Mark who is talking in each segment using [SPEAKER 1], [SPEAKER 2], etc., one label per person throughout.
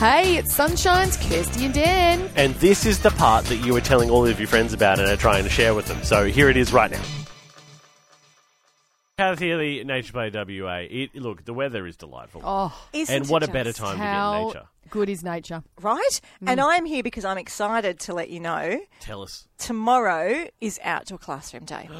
[SPEAKER 1] Hey, it's Sunshine's Kirsty and Dan.
[SPEAKER 2] And this is the part that you were telling all of your friends about and are trying to share with them. So here it is right now. Kath Healy, Nature Play WA. It, look, the weather is delightful.
[SPEAKER 1] Oh,
[SPEAKER 3] Isn't
[SPEAKER 2] and what
[SPEAKER 3] it
[SPEAKER 2] a better
[SPEAKER 3] just?
[SPEAKER 2] time to get
[SPEAKER 1] how
[SPEAKER 2] nature.
[SPEAKER 1] good is nature?
[SPEAKER 3] Right? And I'm here because I'm excited to let you know
[SPEAKER 2] Tell us.
[SPEAKER 3] tomorrow is Outdoor Classroom Day.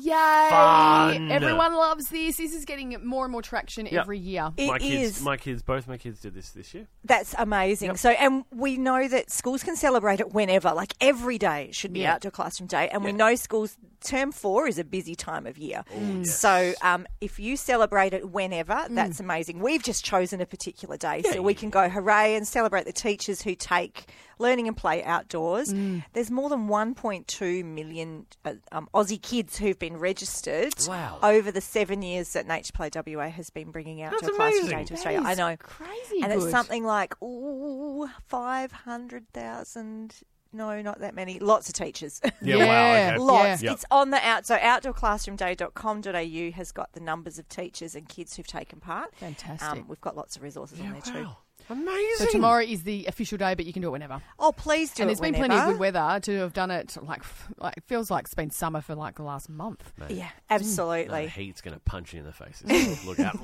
[SPEAKER 1] Yay!
[SPEAKER 2] Fun.
[SPEAKER 1] Everyone loves this. This is getting more and more traction
[SPEAKER 2] Yeah.
[SPEAKER 1] every year.
[SPEAKER 3] It is.
[SPEAKER 2] my kids, my kids, both my kids did this this year.
[SPEAKER 3] That's amazing. So, and we know that schools can celebrate it whenever, like every day should be
[SPEAKER 1] Yeah. Oh,
[SPEAKER 3] outdoor classroom day. And we know schools, term four is a busy time of year.
[SPEAKER 1] Mm.
[SPEAKER 3] So, um, if you celebrate it whenever, that's amazing. We've just chosen a particular day so we can go hooray and celebrate the teachers who take learning and play outdoors.
[SPEAKER 1] Mm.
[SPEAKER 3] There's more than 1.2 million uh, um, Aussie kids who've been registered
[SPEAKER 2] Wow.
[SPEAKER 3] over the seven years that Nature Play WA has been bringing outdoor classroom
[SPEAKER 2] amazing.
[SPEAKER 3] day to Australia.
[SPEAKER 1] That is
[SPEAKER 3] I know
[SPEAKER 1] Crazy.
[SPEAKER 3] and
[SPEAKER 1] good.
[SPEAKER 3] it's something like ooh, five hundred thousand. No, not that many. Lots of teachers.
[SPEAKER 2] Yeah,
[SPEAKER 1] Yeah.
[SPEAKER 2] wow. Okay.
[SPEAKER 3] Lots.
[SPEAKER 2] Yeah.
[SPEAKER 3] It's on the out. So outdoorclassroomday.com.au has got the numbers of teachers and kids who've taken part. Um,
[SPEAKER 1] Fantastic.
[SPEAKER 3] we've got lots of resources on there too.
[SPEAKER 2] Wow.
[SPEAKER 1] So
[SPEAKER 2] Amazing.
[SPEAKER 1] tomorrow is the official day, but you can do it whenever.
[SPEAKER 3] Oh, please do
[SPEAKER 1] and
[SPEAKER 3] it
[SPEAKER 1] there's been
[SPEAKER 3] whenever.
[SPEAKER 1] plenty of good weather to have done it. Like, f- like it feels like it's been summer for like the last month.
[SPEAKER 3] Yeah,
[SPEAKER 2] The
[SPEAKER 1] Mm.
[SPEAKER 3] absolutely.
[SPEAKER 2] heat's going to punch you in the face. It's- Look out.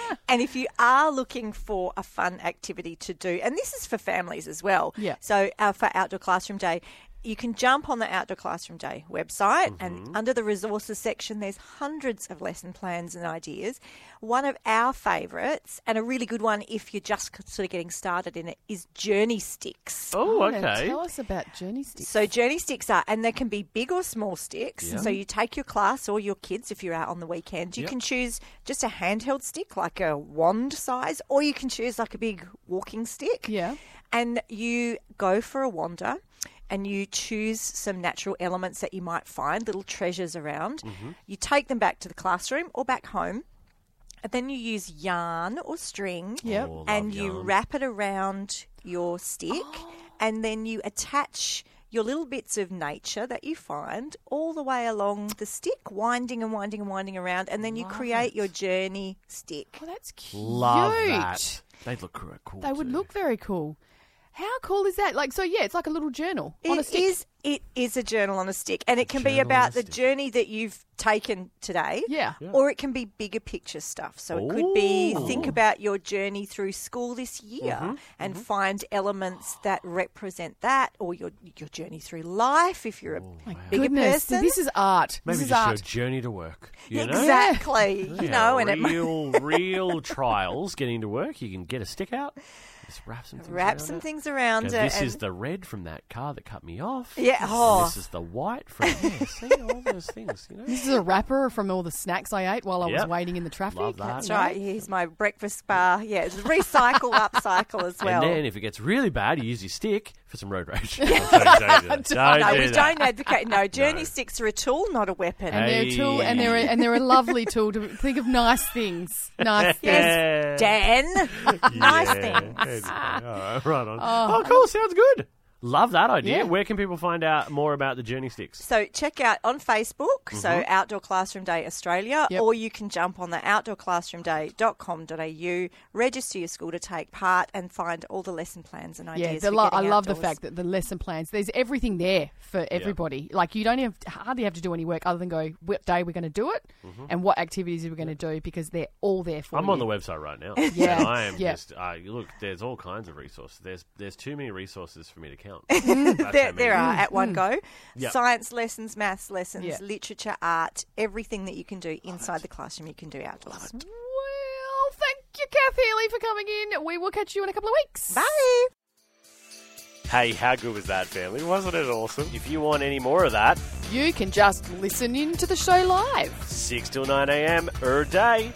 [SPEAKER 3] And if you are looking for a fun activity to do, and this is for families as well.
[SPEAKER 1] Yeah.
[SPEAKER 3] So uh, for Outdoor Classroom Day, you can jump on the Outdoor Classroom Day website, and under the resources section, there's hundreds of lesson plans and ideas. One of our favourites, and a really good one if you're just sort of getting started in it, is Journey Sticks.
[SPEAKER 2] Oh,
[SPEAKER 1] Anna,
[SPEAKER 2] okay.
[SPEAKER 1] Tell us about journey sticks.
[SPEAKER 3] So journey sticks are, and they can be big or small sticks.
[SPEAKER 2] Yeah.
[SPEAKER 3] So you take your class or your kids if you're out on the weekend. You
[SPEAKER 2] Yep.
[SPEAKER 3] can choose just a handheld stick, like a wand size, or you can choose like a big walking stick.
[SPEAKER 1] Yeah.
[SPEAKER 3] And you go for a wander. And you choose some natural elements that you might find, little treasures around.
[SPEAKER 1] Mm-hmm.
[SPEAKER 3] You take them back to the classroom or back home, and then you use yarn or string
[SPEAKER 1] Yep.
[SPEAKER 2] Oh, love
[SPEAKER 3] and you
[SPEAKER 2] yarn.
[SPEAKER 3] wrap it around your stick
[SPEAKER 1] Oh.
[SPEAKER 3] and then you attach your little bits of nature that you find all the way along the stick, winding and winding and winding around, and then you create your journey stick.
[SPEAKER 1] oh, that's cute.
[SPEAKER 2] Love that. They'd look cr- cool.
[SPEAKER 1] They would
[SPEAKER 2] too.
[SPEAKER 1] look very cool. How cool is that? Like, so yeah, it's like a little journal on a
[SPEAKER 3] It
[SPEAKER 1] stick.
[SPEAKER 3] is it is a journal on a stick, and it can be
[SPEAKER 2] journal on a
[SPEAKER 3] about the
[SPEAKER 2] stick.
[SPEAKER 3] journey that you've taken today.
[SPEAKER 1] Yeah.
[SPEAKER 3] Or it can be bigger picture stuff. So it could be think about your journey through school this year
[SPEAKER 2] Mm-hmm,
[SPEAKER 3] and find elements that represent that, or your your journey through life if you're a bigger
[SPEAKER 1] Oh Goodness,
[SPEAKER 3] person.
[SPEAKER 1] this is art.
[SPEAKER 2] Maybe
[SPEAKER 1] this is
[SPEAKER 2] just
[SPEAKER 1] art.
[SPEAKER 2] your journey to work. You know?
[SPEAKER 3] exactly.
[SPEAKER 2] Yeah,
[SPEAKER 3] You know, and it might
[SPEAKER 2] real, real trials getting to work. You can get a stick out, just wrap some things
[SPEAKER 3] wrap
[SPEAKER 2] around
[SPEAKER 3] some
[SPEAKER 2] it.
[SPEAKER 3] things around
[SPEAKER 2] Go,
[SPEAKER 3] it.
[SPEAKER 2] this
[SPEAKER 3] and
[SPEAKER 2] is the red from that car that cut me off.
[SPEAKER 3] Yeah,
[SPEAKER 2] And
[SPEAKER 3] oh.
[SPEAKER 2] this is the white from yeah, see all those things. You know,
[SPEAKER 1] This is a wrapper from all the snacks I ate while I was
[SPEAKER 2] Yep.
[SPEAKER 1] waiting in the traffic.
[SPEAKER 2] Love that.
[SPEAKER 3] that's right. Here's my breakfast bar. Yeah, it's recycle, upcycle as well.
[SPEAKER 2] and then if it gets really bad, you use your stick for some road rage. Don't do that. Don't
[SPEAKER 3] Oh, no,
[SPEAKER 2] do
[SPEAKER 3] we
[SPEAKER 2] that.
[SPEAKER 3] don't advocate. No, journey sticks are a tool, not a weapon.
[SPEAKER 1] And they're a tool, and they're a, and they're a lovely tool to think of nice things. Nice things.
[SPEAKER 2] Yeah.
[SPEAKER 3] Dan, nice
[SPEAKER 2] Yeah.
[SPEAKER 3] thing.
[SPEAKER 2] Anyway, all right, right on. Oh, cool. Sounds good. Love that idea.
[SPEAKER 1] Yeah.
[SPEAKER 2] Where can people find out more about the journey sticks?
[SPEAKER 3] So check out on Facebook,
[SPEAKER 2] Mm-hmm.
[SPEAKER 3] so Outdoor Classroom Day Australia,
[SPEAKER 1] Yep.
[SPEAKER 3] or you can jump on the outdoorclassroomday.com.au, register your school to take part and find all the lesson plans and
[SPEAKER 1] Yeah,
[SPEAKER 3] ideas.
[SPEAKER 1] the
[SPEAKER 3] for
[SPEAKER 1] lo- I
[SPEAKER 3] getting
[SPEAKER 1] love the
[SPEAKER 3] outdoors.
[SPEAKER 1] fact that the lesson plans. There's everything there for everybody. Like you don't have hardly have to do any work other than go what day we're going to do it and what activities we're going to do because they're all there for
[SPEAKER 2] Mm-hmm. I'm
[SPEAKER 1] you.
[SPEAKER 2] on the website right now.
[SPEAKER 1] Yeah.
[SPEAKER 2] And I am
[SPEAKER 1] Yeah.
[SPEAKER 2] just uh, look. There's all kinds of resources. There's there's too many resources for me to count. That's
[SPEAKER 3] there,
[SPEAKER 2] how many.
[SPEAKER 3] there are at one go
[SPEAKER 2] Yep.
[SPEAKER 3] science lessons, maths lessons,
[SPEAKER 1] Yeah.
[SPEAKER 3] literature, art, everything that you can do inside the classroom, you can do outdoors.
[SPEAKER 1] Well, thank you, Kath Healy, for coming in. We will catch you in a couple of weeks.
[SPEAKER 3] Bye.
[SPEAKER 2] Hey, how good was that, family? Wasn't it awesome? If you want any more of that,
[SPEAKER 1] You can just listen in to the show live.
[SPEAKER 2] 6 till 9 a.m. er day.